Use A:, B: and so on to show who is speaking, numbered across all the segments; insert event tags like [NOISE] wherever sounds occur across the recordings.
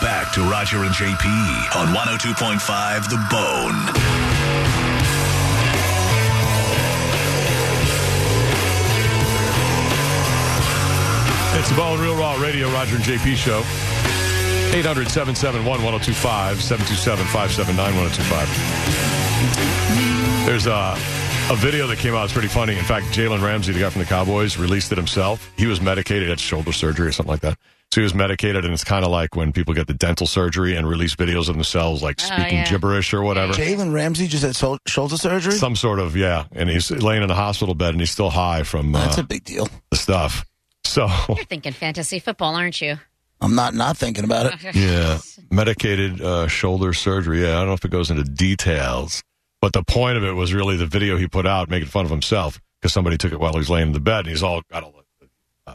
A: back to Roger and JP on 102.5 The Bone.
B: It's the Bone Real Raw Radio, Roger and JP show. 800 771 1025 727 579 1025. There's a, a video that came out. It's pretty funny. In fact, Jalen Ramsey, the guy from the Cowboys, released it himself. He was medicated at shoulder surgery or something like that. So he was medicated, and it's kind of like when people get the dental surgery and release videos of themselves, like speaking
C: yeah.
B: gibberish or whatever.
D: Jalen Ramsey just had sol- shoulder surgery.
B: Some sort of, yeah. And he's laying in a hospital bed and he's still high from uh,
D: That's a big deal.
B: the stuff. So,
C: You're thinking fantasy football, aren't you?
D: I'm not not thinking about it.
C: [LAUGHS]
B: yeah. Medicated uh, shoulder surgery. Yeah, I don't know if it goes into details, but the point of it was really the video he put out making fun of himself because somebody took it while he was laying in the bed and he's all got all the uh,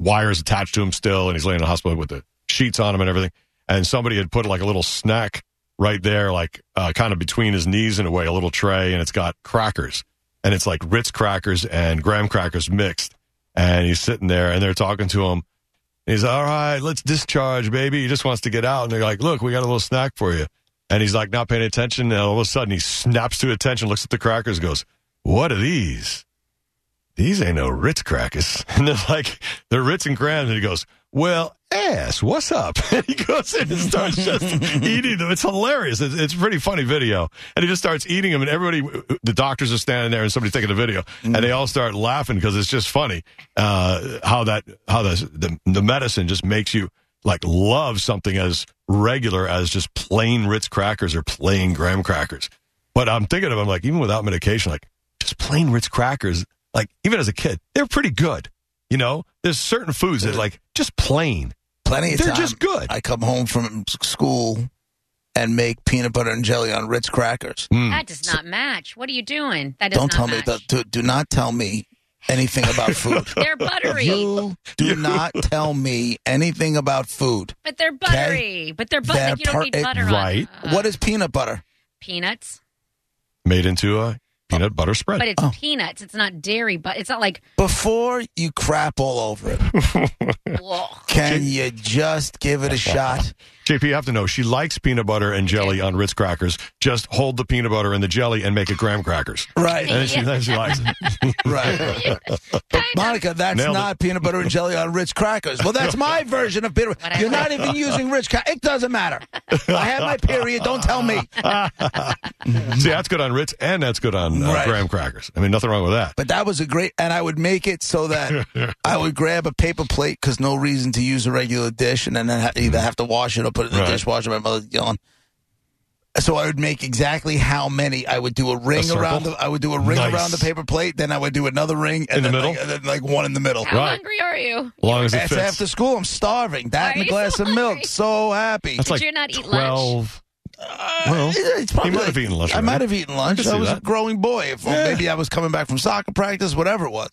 B: wires attached to him still and he's laying in the hospital with the sheets on him and everything. And somebody had put like a little snack right there, like uh, kind of between his knees in a way, a little tray, and it's got crackers. And it's like Ritz crackers and graham crackers mixed. And he's sitting there and they're talking to him. He's all right. Let's discharge, baby. He just wants to get out. And they're like, look, we got a little snack for you. And he's like, not paying attention. And all of a sudden, he snaps to attention, looks at the crackers, goes, what are these? These ain't no Ritz crackers. [LAUGHS] And they're like, they're Ritz and Graham. And he goes, well, ass, what's up? [LAUGHS] And he goes in and starts just eating them. It's hilarious. It's, it's a pretty funny video. And he just starts eating them. And everybody, the doctors are standing there and somebody's taking a video. And they all start laughing because it's just funny uh, how that, how the, the, the medicine just makes you like love something as regular as just plain Ritz crackers or plain graham crackers. But I'm thinking of, I'm like, even without medication, like just plain Ritz crackers, like even as a kid, they're pretty good. You know, there's certain foods that like just plain.
D: Plenty of
B: They're
D: time.
B: just good.
D: I come home from s- school and make peanut butter and jelly on Ritz crackers.
C: That does not match. What are you doing? That does
D: Hmm.
C: not
D: Don't tell me
C: match.
D: that. Do, do not tell me anything
B: [LAUGHS]
D: about food.
C: They're buttery,
D: [LAUGHS] You do not tell me anything about food.
C: but they're buttery, but they're butter.
D: They're
C: like you don't need
D: per-
C: butter
B: right.
C: on uh,
D: eh, what is peanut butter?
C: peanuts.
B: Made into a peanut butter spread.
C: But
D: Oh.
C: it's peanuts. It's not dairy, but it's not like.
D: Before you crap all over it,
C: Ugh.
D: can you just
B: [LAUGHS]
D: give it a shot?
B: JP, you have to know she likes peanut butter and jelly on Ritz crackers. Just hold the peanut butter and the jelly and make it graham crackers.
D: Right,
B: And she, then she likes it.
C: [LAUGHS]
D: right. But Monica, that's
B: Nailed it.
D: not peanut butter and jelly on Ritz crackers. Well,
B: [LAUGHS]
D: that's my version of peanut.
C: Whatever.
D: You're not even using Ritz. Cra- it doesn't matter. I had my period. Don't tell me.
B: See, that's good on Ritz and that's good on uh,
D: Right.
B: graham crackers. I mean, nothing wrong with that.
D: But that was a great, and I would make it
B: [LAUGHS]
D: so that I would grab a paper plate because no reason to use a regular dish, and then I ha- either have to wash it or put it in the
B: Mm. Right.
D: dishwasher. My mother's yelling. So I would make exactly how many. I would do a ring
B: circle?
D: around. The, I would do a ring
B: Nice.
D: around the paper plate. Then I would do another ring
B: In
D: and
B: the
D: then
B: middle?
D: like, and then like one in the middle.
C: How
B: Right.
C: hungry are you?
B: As long as it
D: That's
B: fits.
D: after school. I'm starving.
C: Why
D: That and
C: are
D: a
C: you
D: glass
C: so
D: of milk.
C: hungry?
D: So happy. Uh,
B: that's
C: Did
B: like
C: you not eat lunch?
B: 12. [LAUGHS] Well,
D: It's probably
B: he might
D: like-
B: have eaten lunch.
D: I
B: already.
D: might have eaten lunch.
B: could
D: I
B: see
D: was a
B: that.
D: growing boy. If, or
B: Yeah.
D: Maybe I was coming back from soccer practice, whatever it was.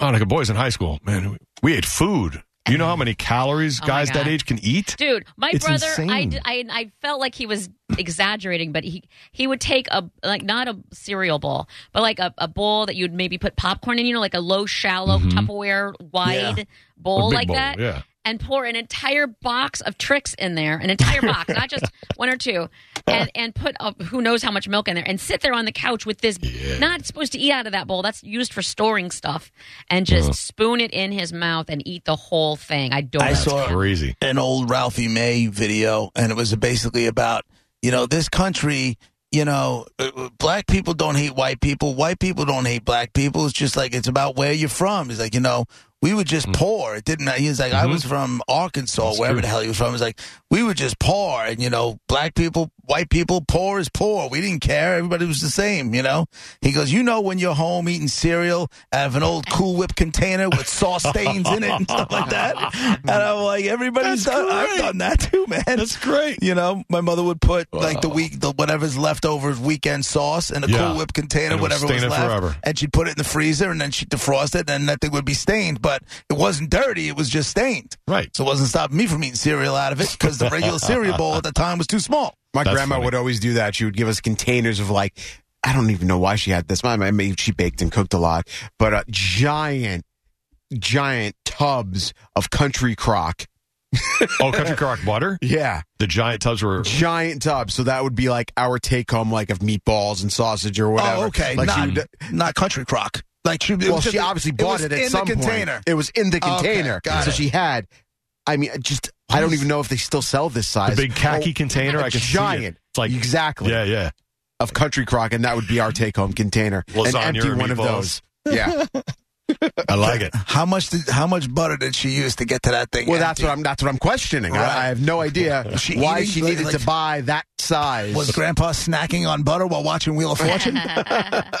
B: Monica, Oh, boys in high school, man, we ate food. You know how many calories
C: Oh my
B: guys that
C: God.
B: age can eat?
C: Dude, my
B: It's
C: brother, I,
B: insane.
C: d- I- I felt like he was exaggerating, but he he would take a like not a cereal bowl, but like a, a bowl that you'd maybe put popcorn in, you know, like a low, shallow Tupperware wide
D: Mm-hmm. Yeah.
C: bowl
B: A big
C: like
B: bowl,
C: that,
B: yeah.
C: and pour an entire box of tricks in there, an entire box,
B: [LAUGHS]
C: not just one or two, and and put a, who knows how much milk in there, and sit there on the couch with this. Not supposed to eat out of that bowl. That's used for storing stuff, and
B: Uh-huh.
C: just spoon it in his mouth and eat the whole thing. I don't.
D: I
E: uh,
D: saw
B: Crazy.
D: an old Ralphie May video, and it was basically about you know this country. You know, uh, black people don't hate white people. White people don't hate black people. It's just like it's about where you're from. He's like, you know, we were
B: Mm.
D: just poor. It didn't. He was like,
B: Mm-hmm.
D: I was from Arkansas, wherever the hell he was from. He's like, we were just poor, and you know, black people, white people, poor is poor. We didn't care. Everybody was the same. You know. He goes, you know, when you're home eating cereal out of an old Cool Whip container with sauce stains in it and stuff like that, and I'm like, everybody's
B: That's
D: done. I've
B: great.
D: done that too, man.
B: That's great.
D: You know, my mother would put like the week, the whatever's leftover weekend sauce in a
B: Yeah.
D: Cool Whip container,
B: And it would
D: whatever was
B: stain it
D: left,
B: forever.
D: and she'd put it in the freezer, and then she'd defrost it, and that thing would be stained. But it wasn't dirty; it was just stained.
B: Right.
D: So it wasn't stopping me from eating cereal out of it because the regular cereal bowl at the time was too small.
E: My
B: That's
E: grandma
B: funny.
E: would always do that. She would give us containers of like, I don't even know why she had this. My, I mean, she baked and cooked a lot, but uh, giant, giant tubs of country crock.
B: Oh, country crock butter.
E: Yeah,
B: The giant tubs were.
E: giant tub. So that would be like our take home, like of meatballs and sausage or whatever.
D: Oh,
B: [LAUGHS]
D: okay.
E: Like she
D: not,
E: would-
D: not country crock. Like she, it
E: well,
D: was
E: she
D: just-
E: obviously
D: it
E: bought
D: was
E: it, at
D: in
E: some
D: the
E: point.
D: container.
E: It was in the
D: Okay,
E: container,
D: got
E: so
D: it.
E: she had. I mean, just I don't even know if they still sell this size.
B: The big khaki
E: Oh,
B: container.
E: a
B: I can
E: giant.
B: see it. It's like
E: exactly
B: yeah, yeah.
E: of country crock, and that would be our take home container.
B: Lasagna
E: An empty
B: or
E: one of
B: meatballs.
D: [LAUGHS]
E: those. Yeah.
B: I like
E: [LAUGHS]
B: it.
D: How much did how much butter did she use to get to that thing?
E: Well, that's what I'm. That's what I'm questioning.
D: Right.
E: I, I have no
D: [LAUGHS]
E: idea
D: She
E: why
D: eating,
E: she
D: like-
E: needed
D: like-
E: to buy that size.
D: Was Grandpa snacking on butter while watching Wheel [LAUGHS] of Fortune?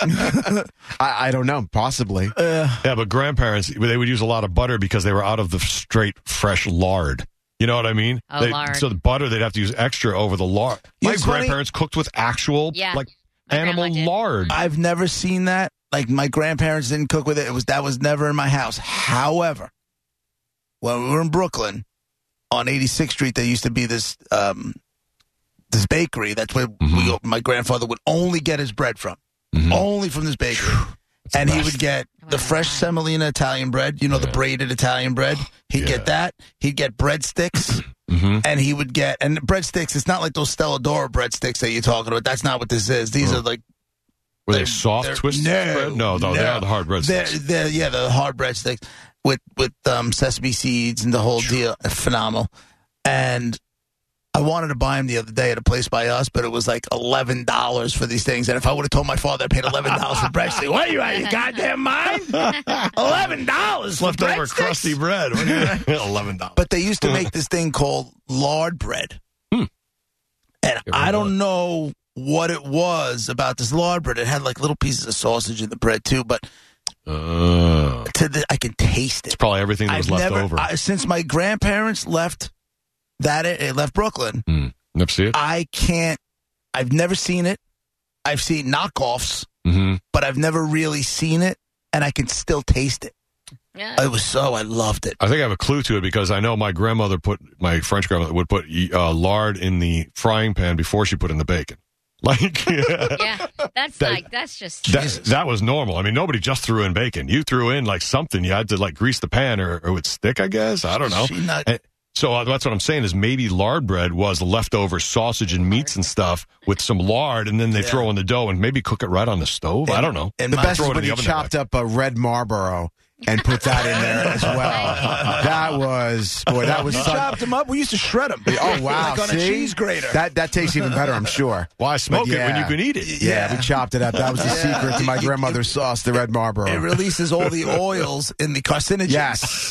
E: I, I don't know. Possibly.
B: Yeah, but grandparents they would use a lot of butter because they were out of the straight fresh lard. You know what I mean?
C: Oh,
B: They-
C: lard.
B: So the butter they'd have to use extra over the lard.
D: You know,
B: My
D: it's funny-
B: grandparents cooked with actual
C: Yeah,
B: like
C: my grandma
B: animal
C: did.
B: lard.
D: I've never seen that. Like my grandparents didn't cook with it. It was that was never in my house. However, when we were in Brooklyn on 86th Street, there used to be this um, this bakery. That's where we, my grandfather would only get his bread from,
B: Mm-hmm.
D: only from this bakery. And he would get the fresh semolina Italian bread, you know, the braided Italian bread. He'd
B: Yeah.
D: get that. He'd get breadsticks,
B: Mhm.
D: and he would get and breadsticks. It's not like those Stella Dora breadsticks that you're talking about. That's not what this is. These are like
B: Were they
D: they're-
B: soft
D: they're-
B: twisted
D: no,
B: bread? No, no, they
D: no.
B: are the hard bread.
D: They're,
B: sticks.
D: they're- yeah, the hard breadsticks with with um, sesame seeds and the whole deal. Phenomenal. And I wanted to buy them the other day at a place by us, but it was like eleven dollars for these things. And if I would have told my father I paid eleven dollars for breadsticks, what are you out of your
B: [LAUGHS]
D: goddamn mind? Eleven dollars for
B: Leftover
D: breadsticks?
B: crusty bread. What do [LAUGHS] you- Eleven dollars.
D: But they used
B: [LAUGHS]
D: to make this thing called lard bread.
B: Hmm.
D: And I don't know what it was about this lard bread. It had like little pieces of sausage in the bread too, but
B: Oh.
D: to the, I can taste it.
B: It's probably everything that was left over.
D: I, since my grandparents left that it left Brooklyn.
B: Yep, see it?
D: I can't. I've never seen it. I've seen knockoffs,
B: hmm
D: but I've never really seen it, and I can still taste it.
C: Yeah.
D: I was so I loved it.
B: I think I have a clue to it because I know my grandmother put my French grandmother would put uh, lard in the frying pan before she put in the bacon. [LAUGHS] Like [LAUGHS]
C: yeah, that's
B: That-
C: like that's just
B: [LAUGHS] that, that was normal. I mean, nobody just threw in bacon. You threw in like something. You had to like grease the pan or, or it would stick. I guess I don't know.
D: She not-
B: And- so uh, that's what I'm saying is maybe lard bread was leftover sausage and meats and stuff with some lard, and then they throw in the dough and maybe cook it right on the stove. I don't know.
D: And
E: The
D: my-
E: best
B: throw it
E: is
B: in
E: when
B: the
E: he
B: oven that
E: chopped up a red Marlboro and put that in there
D: [LAUGHS]
E: as well. That was boy, that was
D: you
E: some-
D: chopped them up. We used to shred [LAUGHS] them.
E: oh wow,
D: like on a
E: see?
D: cheese grater.
E: That that tastes even better, I'm sure.
B: Why smoke it when
E: yeah.
B: you can eat it?
E: Yeah, we chopped it up. That was the
D: Yeah.
E: secret
D: [LAUGHS]
E: to my grandmother's sauce, the red Marlboro.
D: it releases all the oils in the carcinogens.
E: Yes.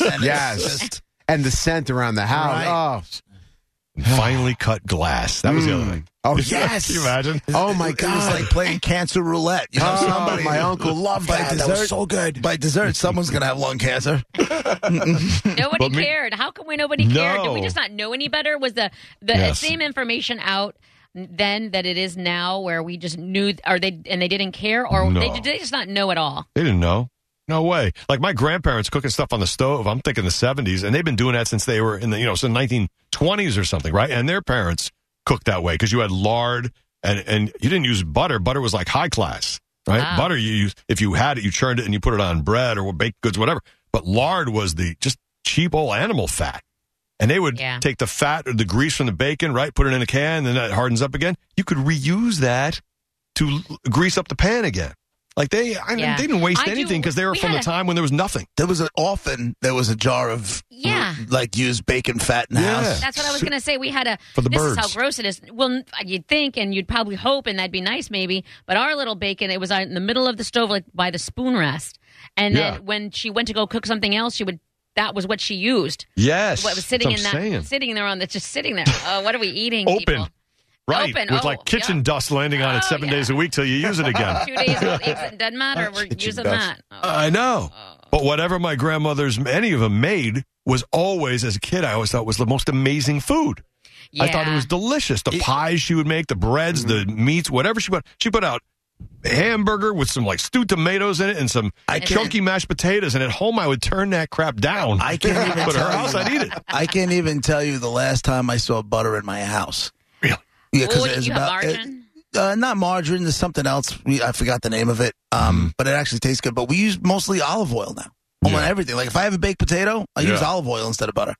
D: [LAUGHS] and it's
E: Yes.
D: just-
E: and the scent around the house.
B: [SIGHS] Finely cut glass. That was the other thing.
E: Oh, oh yes.
B: [LAUGHS] Can you imagine?
E: Oh my
D: it was
E: god.
D: like playing cancer roulette. You know,
E: Oh,
D: somebody,
E: my uncle loved
D: by
E: that.
D: Dessert,
E: That was so
D: good. By dessert, someone's gonna have lung cancer.
C: nobody
B: But me-
C: cared. How come we nobody cared? Did we
B: No.
C: just not know any better? Was the the
B: Yes.
C: same information out then that it is now, where we just knew, or they and they didn't care, or
B: No.
C: they did they just not know at all?
B: They didn't know. No way. Like my grandparents cooking stuff on the stove. I'm thinking the 70s, and they've been doing that since they were in the you know since 1920s or something, right? And their parents cooked that way because you had lard and and you didn't use butter. Butter was like high class, right?
C: Wow.
B: Butter you use if you had it, you churned it and you put it on bread or baked goods, whatever. But lard was the just cheap old animal fat. And they would
C: Yeah.
B: take the fat or the grease from the bacon, right? Put it in a can, then that hardens up again. You could reuse that to l- grease up the pan again. Like they, I mean,
C: Yeah.
B: they didn't waste
C: I do-
B: anything because they were
C: we
B: from the
C: had a-
B: time when there was nothing.
D: There was a, often there was a jar of
C: Yeah.
D: like used bacon fat in the
B: Yeah.
D: house.
C: That's what I was going to say. We had a.
B: For the
C: this is
B: birds.
C: how gross it is. Well, n- uh, you'd think, and you'd probably hope, and that'd be nice, maybe. But our little bacon, it was on- in the middle of the stove, like by the spoon rest. And
B: Yeah.
C: then when she went to go cook something else, she would. That was what she used.
B: Yes,
C: What was sitting in
B: that's
C: that,
B: what I'm saying.
C: sitting there on that, just sitting there. Oh, what are we eating?
B: Open,
C: people?
B: right?
C: Open,
B: With
C: oh,
B: like kitchen
C: yeah.
B: dust landing on it
C: Oh,
B: seven
C: yeah. Oh,
B: days a week till you use it
C: [LAUGHS]
B: again.
C: Two days old eggs. It
B: [LAUGHS]
C: doesn't matter. We're
E: Kitchen
C: using
E: dust.
C: that. Oh.
B: I know, but whatever my grandmother's, any of them made was always as a kid. I always thought was the most amazing food. I thought it Mm.
C: Yeah.
B: was delicious. The pies she would make, the breads, the meats, whatever she put. She put out hamburger with some like stewed tomatoes in it and some chunky mashed potatoes. And at home, I would turn that crap down.
D: I can't even
B: But at
D: tell
B: her house,
D: you.
B: I'd eat it.
D: I can't even tell you the last time I saw butter in my house.
B: Really?
D: Yeah,
C: Oh,
D: because
C: did
D: it's
C: you have
D: about it-
C: margarine?
D: uh, not margarine. There's something else. We, I forgot the name of it.
B: Mm-hmm.
D: Um, but it actually tastes good. But we use mostly olive oil now on everything. Like if I have a baked potato, I use
B: Yeah. Mm.
D: olive oil instead of butter.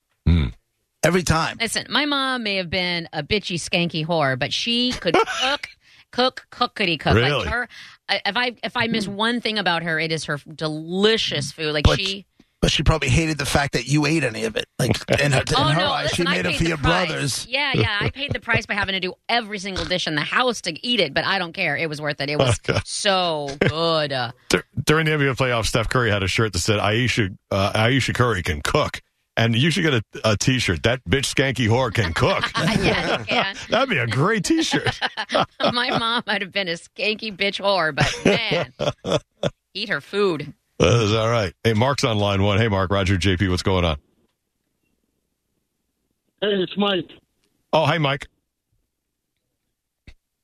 D: Every time.
C: Listen, my mom may have been a bitchy, skanky whore, but she
D: [LAUGHS]
C: could cook, cook, cookity cook.
B: Really?
C: Like her, I- if I if I miss one thing about her, it is her delicious food. Like
D: But-
C: she,
D: But she probabably hated the fact that you ate any of it.
B: [LAUGHS]
D: Like in her, in
C: oh
D: her
C: no,
D: eyes,
C: listen,
D: she
C: I
D: made it
C: paid
D: for
C: the
D: your
C: price.
D: brothers.
C: Yeah, yeah, I paid the price by having to do every single dish in the house to eat it, but I don't care. It was worth it. It was
B: Okay.
C: so good. Uh,
B: Dur- during the NBA playoffs, Steph Curry had a shirt that said Aisha uh, Aisha Curry can cook, and you should get a, a T-shirt. That bitch skanky whore can cook.
C: yeah, you
D: [LAUGHS]
C: can.
B: That'd be a great T-shirt.
C: [LAUGHS] My mom might have been a skanky bitch whore, but man, eat her food.
B: That is all right. Hey, Mark's on line one. Hey, Mark, Roger, JP, what's going on?
F: Hey, it's Mike.
B: Oh, hey, Mike.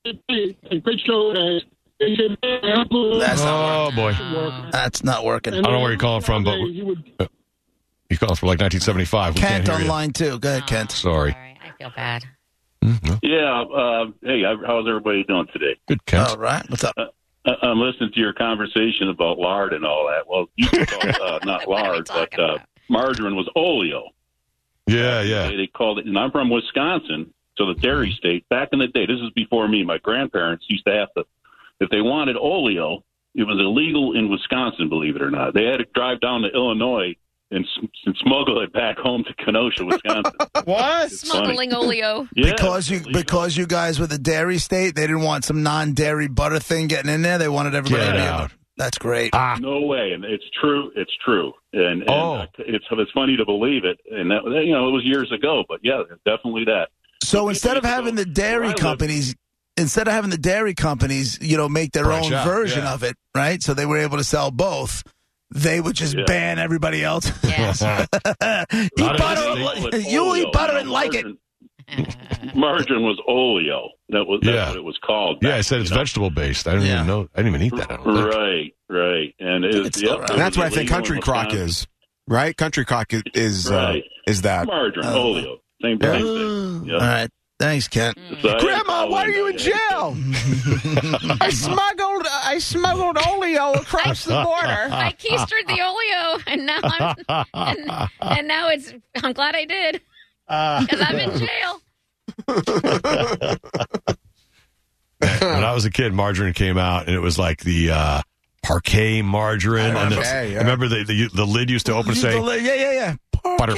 F: Hey, uh, great show, guys. Hey, hey, hey, Apple.
D: That's not,
B: Oh boy,
C: Uh,
D: that's not working.
F: And
B: I don't know where you're calling from, but-
F: you would
B: you called from like 1975. We
D: Kent
B: can't hear
D: on
B: you.
D: line two. Go ahead, Kent.
B: Sorry.
C: Sorry, I feel bad.
G: Yeah. Uh, hey, I- how's everybody doing today?
B: Hmm? Good Kent.
D: All right. What's up?
G: I, I'm listening to your conversation about lard and all that. Well, you called,
C: [LAUGHS]
G: uh, not
C: What are we
G: lard, but
C: talking
G: uh,
C: about?
G: margarine was oleo.
B: yeah, yeah.
G: They, they called it, and I'm from Wisconsin, so the
C: Mm-hmm.
G: dairy state. Back in the day, this is before me. My grandparents used to have to, if they wanted oleo, it was illegal in Wisconsin. Believe it or not, they had to drive down to Illinois and, s- and smuggle it back home to
C: [LAUGHS]
G: Kenosha, Wisconsin.
B: [LAUGHS] What?
G: It's funny.
C: Smuggling [LAUGHS] oleo.
G: Yeah,
D: because you
G: illegal.
D: because you guys were the dairy state, they didn't want some non-dairy butter thing getting in there. They wanted everybody
B: Get
D: to be
B: out.
D: able. That's great.
E: Ah.
G: No way, and it's true. It's true, and, and
B: Oh.
G: uh, it's it's funny to believe it. And that you know it was years ago, but yeah, definitely that.
D: So instead of
G: so
D: having the
G: where I
D: dairy
G: live-
D: companies, instead of having the dairy companies, you know, make their
B: Branch
D: own
B: out,
D: version
B: yeah.
D: of it, right? So they were able to sell both. They would just
G: Yeah.
D: ban everybody else. [LAUGHS]
C: Yeah.
D: eat
B: Not
D: butter.
B: in
D: and
B: the
G: They call
D: li-
G: it
D: You
G: oleo,
D: eat butter
G: know,
D: and like it.
G: margarine- Margarine was oleo. That was that's
B: Yeah.
G: what it was called.
B: Yeah,
G: back,
B: I said it's
G: you know?
B: vegetable based. I didn't
D: Yeah.
B: even know. I didn't even eat that. I don't think.
G: Right, right, and it was,
D: It's
G: yep,
D: all right.
G: it
E: And that's
G: was
E: what I think
G: illegal in
E: country crock
G: Wisconsin.
E: is, right? Country crock is is, uh,
G: Right.
E: is that.
G: Margarine,
D: Oh.
G: oleo, same,
E: Yeah.
G: same thing.
D: All
G: Yeah.
D: right. Thanks, Kent.
G: So I-
E: Grandma, why are you in jail? I smuggled I smuggled oleo across the border.
C: I keistered the oleo, and now I'm, and, and now it's. I'm glad I did
B: Uh,
C: because I'm in jail.
B: when I was a kid, margarine came out, and it was like the uh, parquet margarine.
E: I
B: and the-
E: remember, yeah.
B: I remember the, the the lid used to open and say
D: yeah, yeah, yeah.
B: butter,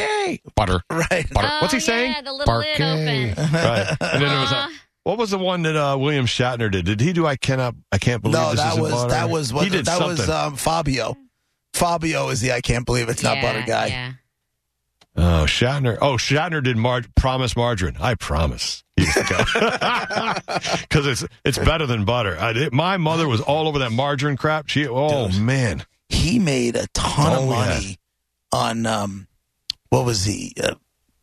B: butter,
D: Right. [LAUGHS]
B: butter.
C: Oh,
B: What's he
C: yeah,
B: saying?
C: The little lid open.
B: Right. And then it was
C: Aw.
B: like, what was the one that uh, William Shatner did? Did he do I cannot I can't believe
D: No,
B: this
D: that
B: isn't
D: was
B: butter?
D: that was what
B: he did
D: that
B: something.
D: was um, Fabio. Fabio is the I can't believe it's not
C: Yeah,
D: butter guy.
C: Yeah.
B: oh Shatner. Oh Shatner did mar- promise margarine. I promise. [LAUGHS] Because it's it's better than butter. I did, my mother was all over that margarine crap. She oh man,
D: He made a ton
B: Oh,
D: of
B: yeah.
D: money on um, what was he uh,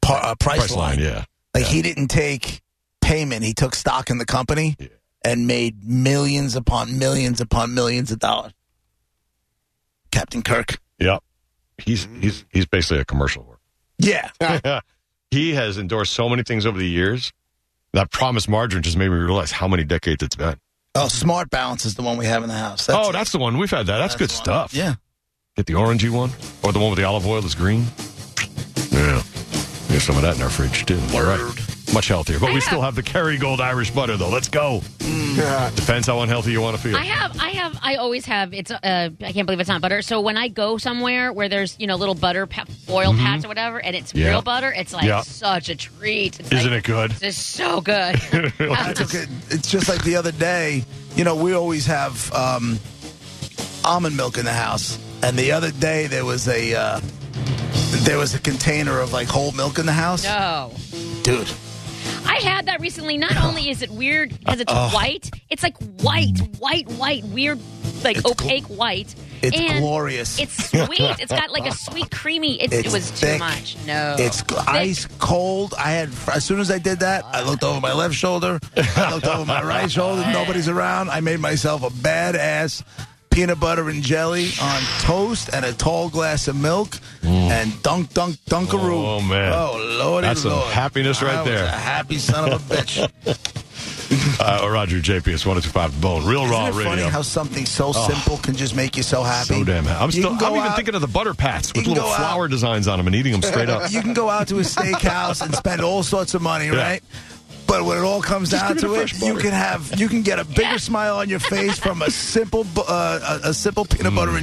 D: par, uh, price,
B: price line. Yeah,
D: Like he didn't take payment; he took stock in the company and made millions upon millions upon millions of dollars. Captain Kirk.
B: yeah. He's he's he's basically a commercial worker.
D: Yeah,
B: he has endorsed so many things over the years. That promise margarine just made me realize how many decades it's been.
D: Oh, Smart Balance is the one we have in the house.
B: oh, that's the one we've had. That that's, good
D: the one.
B: stuff.
D: Yeah.
B: Get the orangey one or the one with the olive oil that's green. Yeah. We have some of that in our fridge too. All right. Much healthier. But we still have the Kerrygold Irish butter though. Let's go.
D: Mm.
B: Depends how unhealthy you want to feel.
C: I have, I have, I always have. It's, uh, I can't believe it's not butter. So when I go somewhere where there's, you know, little butter pa- foil pats or whatever, and it's
B: Mm-hmm. Yeah.
C: real butter, it's like
B: Yeah.
C: such a treat. It's
B: Isn't it
C: like,
B: good?
C: This is
B: [LAUGHS]
C: so good.
D: It's okay. It's just like the other day. You know, we always have um, almond milk in the house, and the other day there was a uh, there was a container of like whole milk in the house,
C: no.
D: dude.
C: I had that recently.
D: [LAUGHS]
C: Not only is it weird because it's
D: Uh, oh.
C: white, it's like white, white, white, weird, like
D: It's gl-
C: opaque white.
D: It's
C: and
D: glorious.
C: It's sweet. it's got like a sweet creamy. It's,
D: It's
C: it was
D: thick.
C: too much. No.
D: it's
B: Oh.
D: gl- ice cold. I had as soon as I did that, I looked over my left shoulder, I looked over my right
B: [LAUGHS]
D: shoulder. Nobody's around. I made myself a badass peanut butter and jelly on toast and a tall glass of milk and dunk, dunk, dunkaroo.
B: Mm. Oh, man.
D: oh lordy,
B: That's some
D: lord.
B: happiness right
D: I
B: [LAUGHS]
D: was
B: there.
D: a happy son of a bitch.
B: Uh, Roger JP, it's 1025 The Bone. Real Raw
D: Isn't it funny
B: Radio. Oh.
D: how something so simple can just make you so happy?
B: so damn happy. I'm,
D: You
B: still,
D: can go
B: I'm even
D: out-
B: thinking of the butter pats with
D: You can
B: little
D: go out-
B: flower designs on them and eating them straight up.
D: [LAUGHS] You can go out to a steakhouse and spend all sorts of money,
B: Yeah.
D: right? But when it all comes down
B: give me
D: to
B: the
D: it,
B: fresh
D: you
B: butter.
D: can have you can get a bigger smile on your face from a simple bu- uh, a, a simple peanut butter